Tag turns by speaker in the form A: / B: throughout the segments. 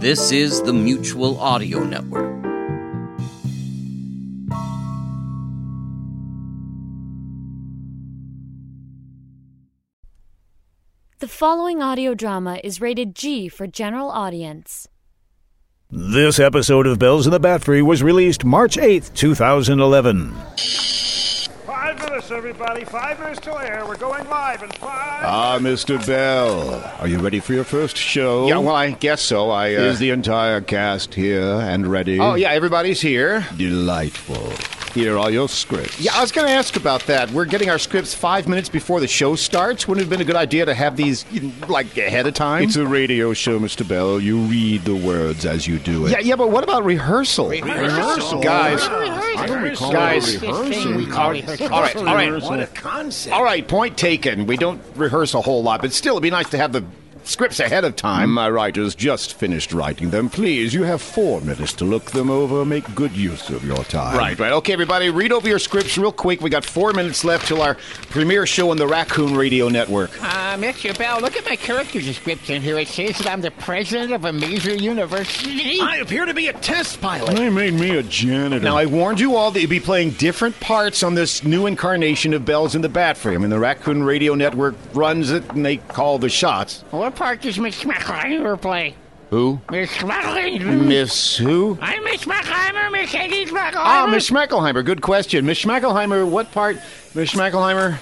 A: This is the Mutual Audio Network.
B: The following audio drama is rated G for general audience.
C: This episode of Bells in the Bat Free was released March 8th, 2011.
D: Five minutes, everybody. Five minutes till air. We're going live in five.
E: Ah, Mr. Bell, are you ready for your first show?
F: Yeah, well, I guess so. I uh,
E: Is the entire cast here and ready?
F: oh yeah, everybody's here.
E: Delightful. Here are your scripts.
F: Yeah, I was going to ask about that. We're getting our scripts five minutes before the show starts. Wouldn't it have been a good idea to have these you know, like ahead of time?
E: It's a radio show, Mr. Bell. You read the words as you do it.
F: yeah, yeah, but what about rehearsal? Rehearsal, guys. Guys,
G: Hmm.
F: all right, all right,
H: What a concept.
F: all right. Point taken. We don't rehearse a whole lot, but still, it'd be nice to have the scripts ahead of time.
E: My writers just finished writing them. Please, you have four minutes to look them over. Make good use of your time.
F: Right, right. Okay, everybody, read over your scripts real quick. We got four minutes left till our premiere show on the Raccoon Radio Network.
G: Uh, Mr. Bell, look at my character description here. It says that I'm the president of a major university.
H: I appear to be a test pilot.
E: They made me a janitor.
F: Now, I warned you all that you'd be playing different parts on this new incarnation of Bells in the Bat Free. I mean, the Raccoon Radio Network runs it and they call the shots.
G: What part does Miss McClimer play?
F: Who?
G: Miss McClimer.
F: Miss who?
G: I'm Miss McClimer, Miss Eddie McClimer.
F: Ah, Miss Schmackelheimer. Good question. Miss Schmackelheimer, what part? Miss Schmackelheimer?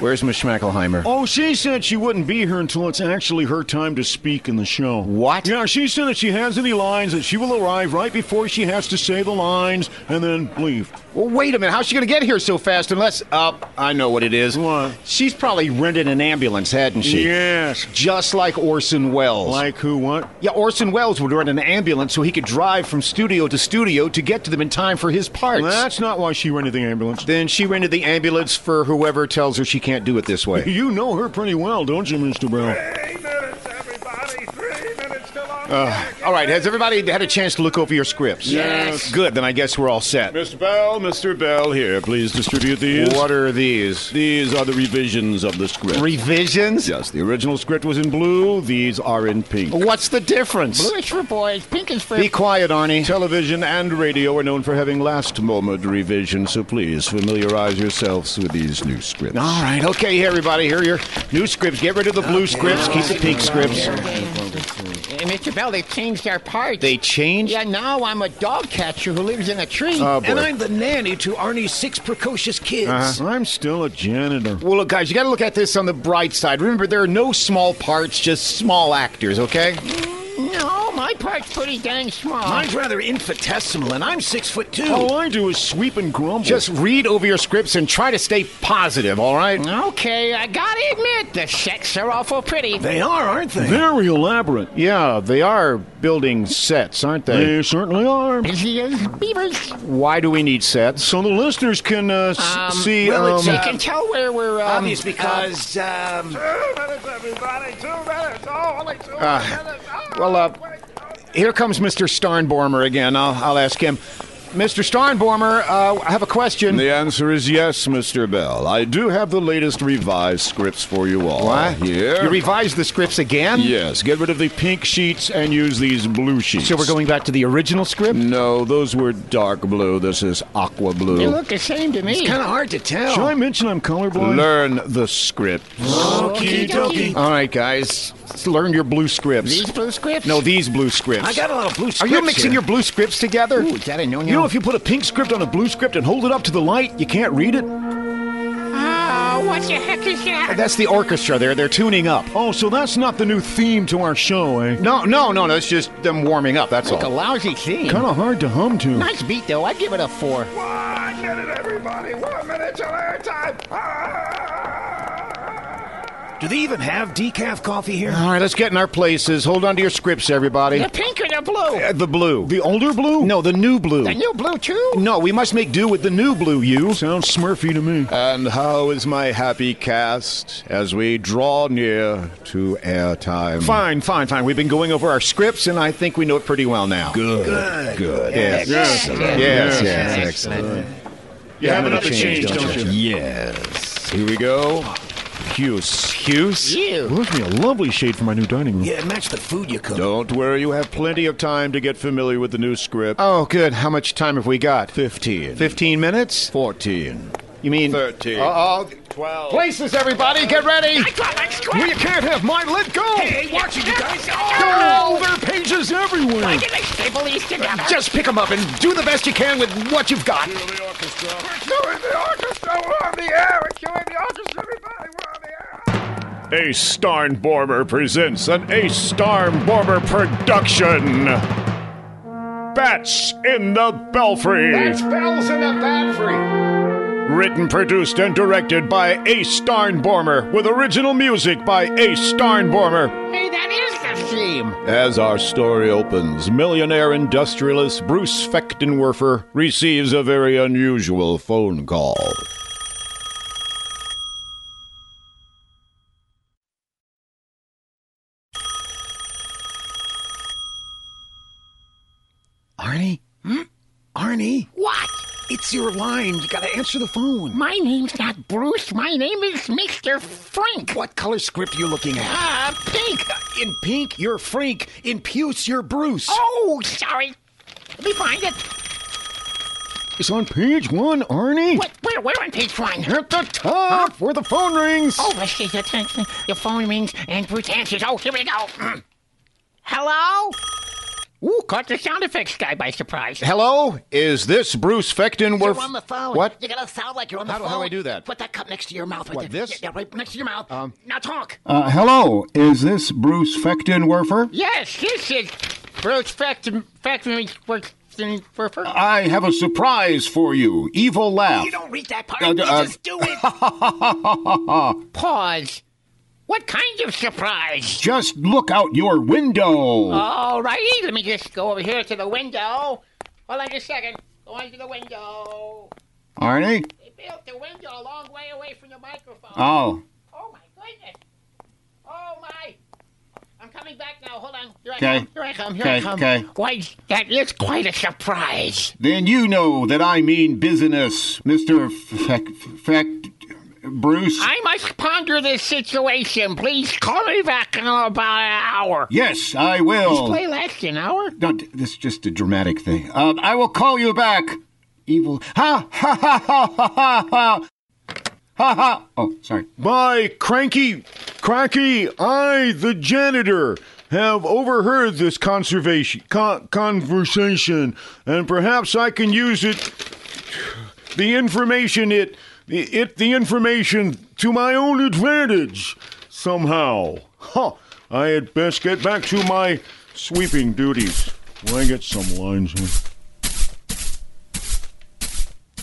F: Where's Miss Schmackelheimer?
I: Oh, she said she wouldn't be here until it's actually her time to speak in the show.
F: What?
I: Yeah, she said if she has any lines, that she will arrive right before she has to say the lines and then leave.
F: Well, wait a minute. How's she going to get here so fast unless. Uh, I know what it is.
I: What?
F: She's probably rented an ambulance, hadn't she?
I: Yes.
F: Just like Orson Welles.
I: Like who? What?
F: Yeah, Orson Welles would rent an ambulance so he could drive from studio to studio to get to them in time for his parts.
I: That's not why she rented the ambulance.
F: Then she rented the ambulance for whoever tells her she can't do it this way.
I: You know her pretty well, don't you, Mr. Brown?
D: Three minutes, everybody. Three minutes till on
F: Uh, all right, has everybody had a chance to look over your scripts?
I: Yes.
F: Good, then I guess we're all set.
E: Mr. Bell, Mr. Bell, here. Please distribute these.
F: What are these?
E: These are the revisions of the script.
F: Revisions?
E: Yes, the original script was in blue. These are in pink.
F: What's the difference?
G: Blue is for boys, pink is for.
F: Be quiet, Arnie.
E: Television and radio are known for having last moment revisions, so please familiarize yourselves with these new scripts.
F: All
I: Ah,
F: right, okay, everybody, here are your new scripts. Get rid of the blue scripts, keep the pink scripts.
G: Uh, Mr. Bell, they changed our parts.
F: They changed?
G: Yeah, now I'm a dog catcher who lives in a tree.
F: Uh,
E: Oh, boy.
H: And I'm the nanny to Arnie's six precocious kids.
E: Uh-huh.
I: I'm still a janitor.
F: Well, look, guys, you got to look at this on the bright side. Remember, there are no small parts, just small actors, okay?
G: no, my part's pretty dang small.
H: Mine's rather infinitesimal, and I'm six foot two.
E: Oh.
I: All I do is sweep and grumble.
F: Just read over your scripts and try to stay positive, all right?
G: Okay, I gotta admit, the sets are awful pretty.
H: They are, aren't they?
I: very elaborate.
F: Yeah, they are building sets, aren't they?
I: They certainly are.
G: Busy as
F: Um,
G: beavers.
F: Why do we need sets?
I: So the listeners can uh, s-
G: Um,
I: see.
H: well, it's
I: um,
G: You can tell where we're. Um,
H: Obvious because um,
D: Two minutes, everybody. Two minutes. Oh, only two minutes. Oh,
F: Ah. well, uh,
D: wait.
F: Here comes Mr. Starnbormer again. I'll, I'll ask him. Mr. Starnbormer, uh, I have a question.
E: The answer is yes, Mr. Bell. I do have the latest revised scripts for you all.
F: What?
E: Here.
F: You revised the scripts again?
E: yes, get rid of the pink sheets and use these blue sheets.
F: So we're going back to the original script?
E: No, those were dark blue. This is aqua blue.
G: they look the same to me.
H: it's kind of hard to tell.
I: Should I mention I'm colorblind?
E: Learn the script.
H: Okie dokie.
F: All right, guys. Let's learn your blue scripts.
G: These blue scripts?
F: no, these blue scripts.
H: I got a lot of blue
F: Are
H: scripts
F: you mixing
H: here.
F: your blue scripts together?
G: Ooh, is that a no-no?
I: You know, if you put a pink script on a blue script and hold it up to the light, you can't read it?
G: Oh, what the heck is that?
F: Oh, That's the orchestra there. They're tuning up.
I: Oh, so that's not the new theme to our show, eh?
F: No, no, no, no. It's just them warming up. That's
G: A
F: all.
G: lousy theme.
I: Kind of hard to hum to.
G: Nice beat, though. I'd give it a four.
D: One minute, everybody. One minute till air time. Ah!
H: Do they even have decaf coffee here?
F: All right, let's get in our places. Hold on to your scripts, everybody.
G: The pink or the blue?
F: Uh, the blue.
I: The older blue?
F: no, the new blue.
G: The new blue, too?
F: No, we must make do with the new blue. You.
I: Sounds smurfy to me.
E: And how is my happy cast as we draw near to airtime?
F: Fine, fine, fine. We've been going over our scripts, and I think we know it pretty well now.
E: Good.
H: Good.
E: Good.
F: Yes. Yes. Yes. Yes. Excellent.
I: You have another change,
F: change, don't
I: don't you?
E: Yes. Here we go. Hughes.
F: Hughes?
G: Ew.
I: Well, that's me a lovely shade for my new dining room.
H: Yeah, match the food you cook.
E: Don't worry, you have plenty of time to get familiar with the new script.
F: Oh, good. How much time have we got?
E: 15.
F: 15 minutes?
E: 14.
F: You mean
E: 13.
F: Uh-oh.
E: 12.
F: Places, everybody, get ready.
I: Well, you can't have mine. Let go.
H: Hey, watch it, you guys. Oh!
I: Oh, there are pages everywhere.
G: Did I staple these together?
H: Just pick them up and do the best you can with what you've got.
E: Ace Starnbormer presents an Ace Starnbormer production. Bats in the Belfry.
F: bells in the battery.
E: Written, produced, and directed by Ace Starnbormer, with original music by Ace Starnbormer.
G: Hey, that is the theme.
E: As our story opens, millionaire industrialist Bruce Fechtenwerfer receives a very unusual phone call.
H: Arnie? Hmm? Arnie?
G: What?
H: It's your line. You gotta answer the phone.
G: My name's not Bruce. My name is Mr. Frank.
H: What color script you looking at?
G: Ah, pink.
H: In pink, you're Frank. In puce, you're Bruce.
G: Oh, sorry. Let me find it.
I: It's on page one, Arnie.
G: What? Where? Where on page one?
I: At the
E: Ah,
I: top, where the phone rings.
G: Ah. Oh, let's see. The, the phone rings and Bruce answers. Oh, here we go. Mm. Hello? Ooh, caught the sound effects guy by surprise.
E: Hello? Is this Bruce Fechtenwerfer?
G: You're on the phone.
E: What?
G: You're gonna sound like you're on the
E: How do-
G: phone.
E: how do I do that?
G: Put that cup next to your mouth. Right
E: What,
G: there.
E: this? Um,
G: Yeah, yeah, right next to your mouth. now talk.
I: Uh, hello, is this Bruce Fechtenwerfer?
G: Yes, this is Bruce Factum Factory Works. I
I: I have a surprise for you. Evil laugh.
G: You don't read that part.
I: Uh,
G: you
I: uh,
G: just do it. Pause. What kind of surprise?
I: Just look out your window.
G: All righty, let me just go over here to the window. Hold on just a second. Go on to the window.
I: Arnie?
G: They built the window a long way away from the microphone.
I: Oh.
G: Oh my goodness! Oh my! I'm coming back now. Hold on. Here I
I: Okay.
G: come. Here I come. Here I
I: Okay,
G: come.
I: okay.
G: Why? That is quite a surprise.
I: Then you know that I mean business, Mr. Feck. Feck. Bruce?
G: I must ponder this situation. Please call me back in about an hour.
I: yes, I will.
G: Play last an hour.
I: No, d- this is just a dramatic thing. Um, I will call you back. Evil. Ha ha ha ha ha ha ha. Ha ha. Oh, sorry.
E: By cranky, cranky, I, the janitor, have overheard this conservation con- conversation, and perhaps I can use it, the information it, it, the information to my own advantage, somehow. Huh. I had best get back to my sweeping duties. Well, I get some lines here.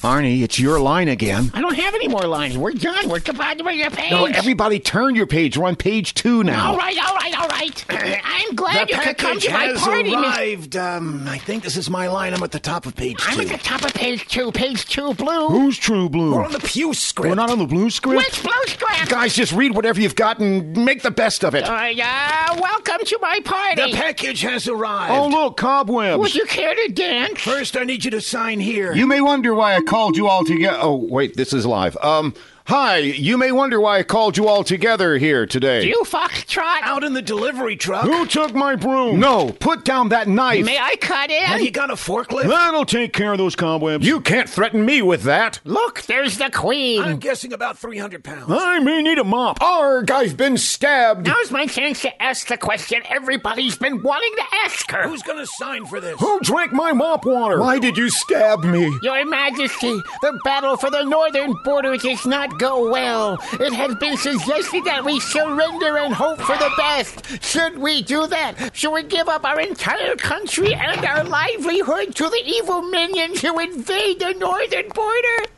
F: Arnie, it's your line again.
G: I don't have any more lines. We're done. We're goodbye to your page.
F: No, everybody turn your page. We're on page two now.
G: All right, all right, all right. I'm glad
H: the
G: you could come
H: package
G: to my
H: has
G: party, Mr.
H: arrived. Um, I think this is my line. I'm at the top of page
G: I'm
H: two.
G: at the top of page two. Page two, blue.
E: Who's True
H: We're
E: Blue?
H: on the pew script.
E: We're not on the blue script?
G: Which blue scrap?
F: Guys, just read whatever you've got and make the best of it.
G: Uh, yeah, welcome to my party.
H: the package has arrived.
E: Oh, look, cobwebs.
G: Would you care to dance?
H: First, I need you to sign here.
I: You may wonder why I called you all together.
F: Oh, wait, this is live. Um, hi, you may wonder why I called you all together here today.
G: You foxtrot.
H: out in the delivery truck.
E: Who took my broom?
F: No, put down that knife.
G: May I cut
H: Have
G: in?
H: you got a forklift?
E: That'll take care of those cobwebs.
F: You can't threaten me with that.
G: Look, there's the
H: I'm
G: queen.
H: guessing about 300 pounds.
E: I may need a mop.
F: Arg, I've been stabbed.
G: Now's my chance to ask the question everybody's been wanting to ask her.
H: Who's gonna sign for this?
E: Who drank my mop water?
F: Why did you stab me?
G: Your Majesty, the battle for the northern border does not go well. It has been suggested that we surrender and hope for the best. Should we do that? Should we give up our entire country and our livelihood to the evil minions who invade the northern border?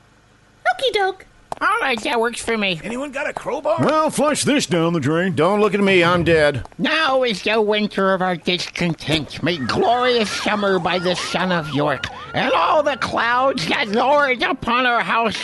G: Okie doke. All right, that works for me.
H: Anyone got a crowbar?
E: Well, flush this down the drain.
F: Don't look at me, I'm dead.
G: Now is the winter of our discontent, made glorious summer by the son of York, and all the clouds that lowered upon our house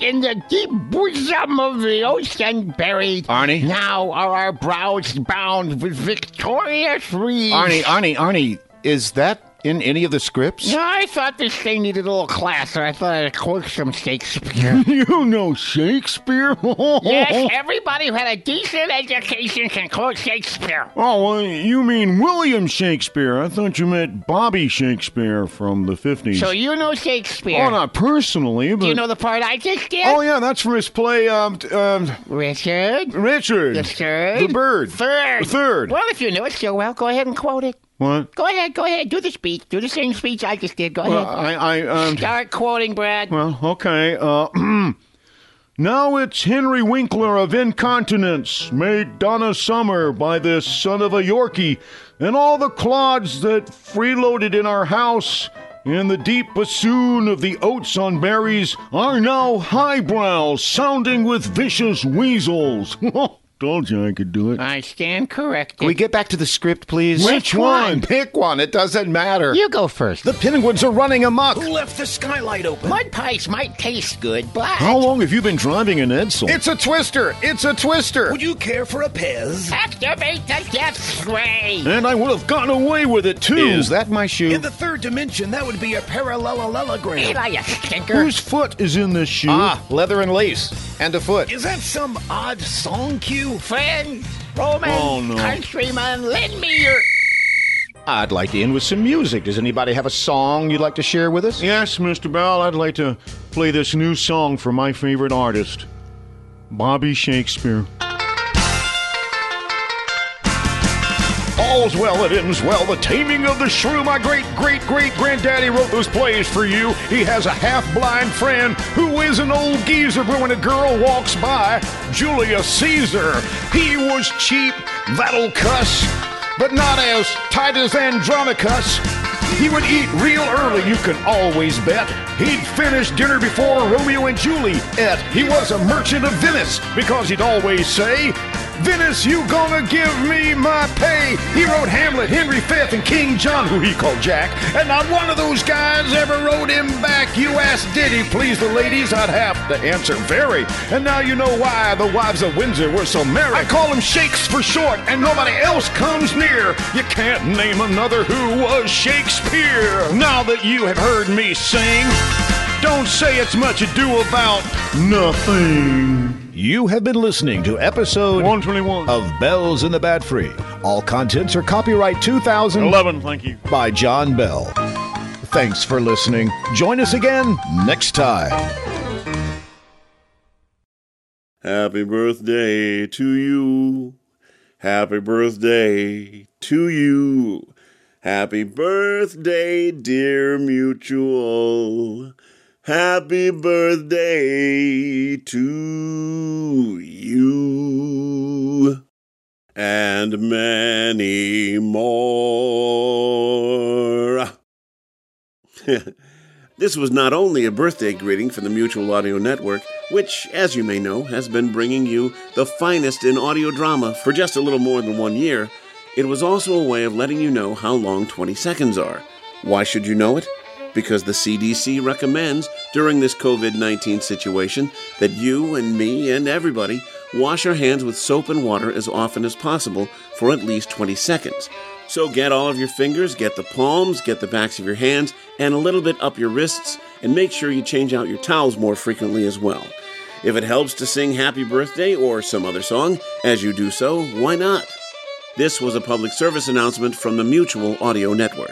G: in the deep bosom of the ocean buried.
F: Arnie?
G: Now are our brows bound with victorious reeds.
F: Arnie, Arnie, Arnie, is that
I: in any of the scripts?
G: No, I thought this thing needed a little class, and I thought I'd quote some Shakespeare.
F: You know Shakespeare? Oh,
G: yes, everybody who had a decent education can quote Shakespeare.
F: Oh, uh, you mean William Shakespeare? I thought you meant Bobby Shakespeare from the 50s.
G: So you know Shakespeare.
F: oh, not personally, but.
G: Do you know the part I just did?
F: oh, yeah, that's from his play, um, t- um
G: Richard.
F: Richard.
G: The third.
F: The bird.
G: Third.
F: Third.
G: Well, if you know it so well, go ahead and quote it.
F: What?
G: Go ahead, go ahead. Do the speech. Do the same speech I just did. Go
F: Well,
G: ahead.
F: I, I, um,
G: Start quoting, Brad.
F: well, okay, uh, now it's Henry Winkler of Incontinence, made Donna Summer by this son of a Yorkie, and all the clods that freeloaded in our house, and the deep bassoon of the oats on berries are now highbrows sounding with vicious weasels. Told you I could do it.
G: I stand corrected.
I: Can we get back to the script, please?
G: Which one?
I: Pick one. It doesn't matter.
G: you go first.
I: The penguins are running amok.
E: Left the skylight open.
G: Mud pies might taste good, but
F: How long have you been driving an Edsel?
I: It's a twister. It's a twister.
E: Would you care for a Pez?
G: activate the death sway.
F: and I would have gotten away with it too.
I: Is that my shoe?
E: In the third dimension, that would be a parallelogram.
G: Eli, you stinker.
F: Whose foot is in this shoe?
I: ah, leather and lace. And a foot.
E: Is that some odd song cue?
G: Friends, Roman,
F: Oh, no.
G: countrymen, lend me your.
I: I'd like to end with some music. Does anybody have a song you'd like to share with us?
F: Yes, Mr. Bell, I'd like to play this new song for my favorite artist, Bobby Shakespeare. All's well that ends well. The Taming of the Shrew. My great great great granddaddy wrote those plays for you. He has a half blind friend who is an old geezer. But when a girl walks by, Julius Caesar, he was cheap. That'll cuss, but not as tight as Andronicus. He would eat real early, you can always bet. He'd finish dinner before Romeo and Juliet. He was a merchant of Venice because he'd always say, Venice, you gonna give me my pay. He wrote Hamlet, Henry V, and King John, who he called Jack. And not one of those guys ever wrote him back. You asked, did he please the ladies? I'd have to answer, very. And now you know why the wives of Windsor were so merry. I call him Shakes for short, and nobody else comes near. You can't name another who was Shakespeare. Now that you have heard me sing, don't say it's much ado about nothing.
I: You have been listening to episode
F: 121.
I: of Bells in the Bat Free. All contents are copyright 2000
F: 11, thank you.
I: by John Bell. Thanks for listening. Join us again next time.
J: Happy birthday to you. Happy birthday to you. Happy birthday, dear mutual. Happy birthday to you. And many more. This was not only a birthday greeting from the Mutual Audio Network, which, as you may know, has been bringing you the finest in audio drama for just a little more than one year, it was also a way of letting you know how long 20 seconds are. Why should you know it? Because the CDC recommends, during this COVID 19 situation, that you and me and everybody wash our hands with soap and water as often as possible for at least 20 seconds. So get all of your fingers, get the palms, get the backs of your hands, and a little bit up your wrists, and make sure you change out your towels more frequently as well. If it helps to sing Happy Birthday or some other song as you do so, why not? This was a public service announcement from the Mutual Audio Network.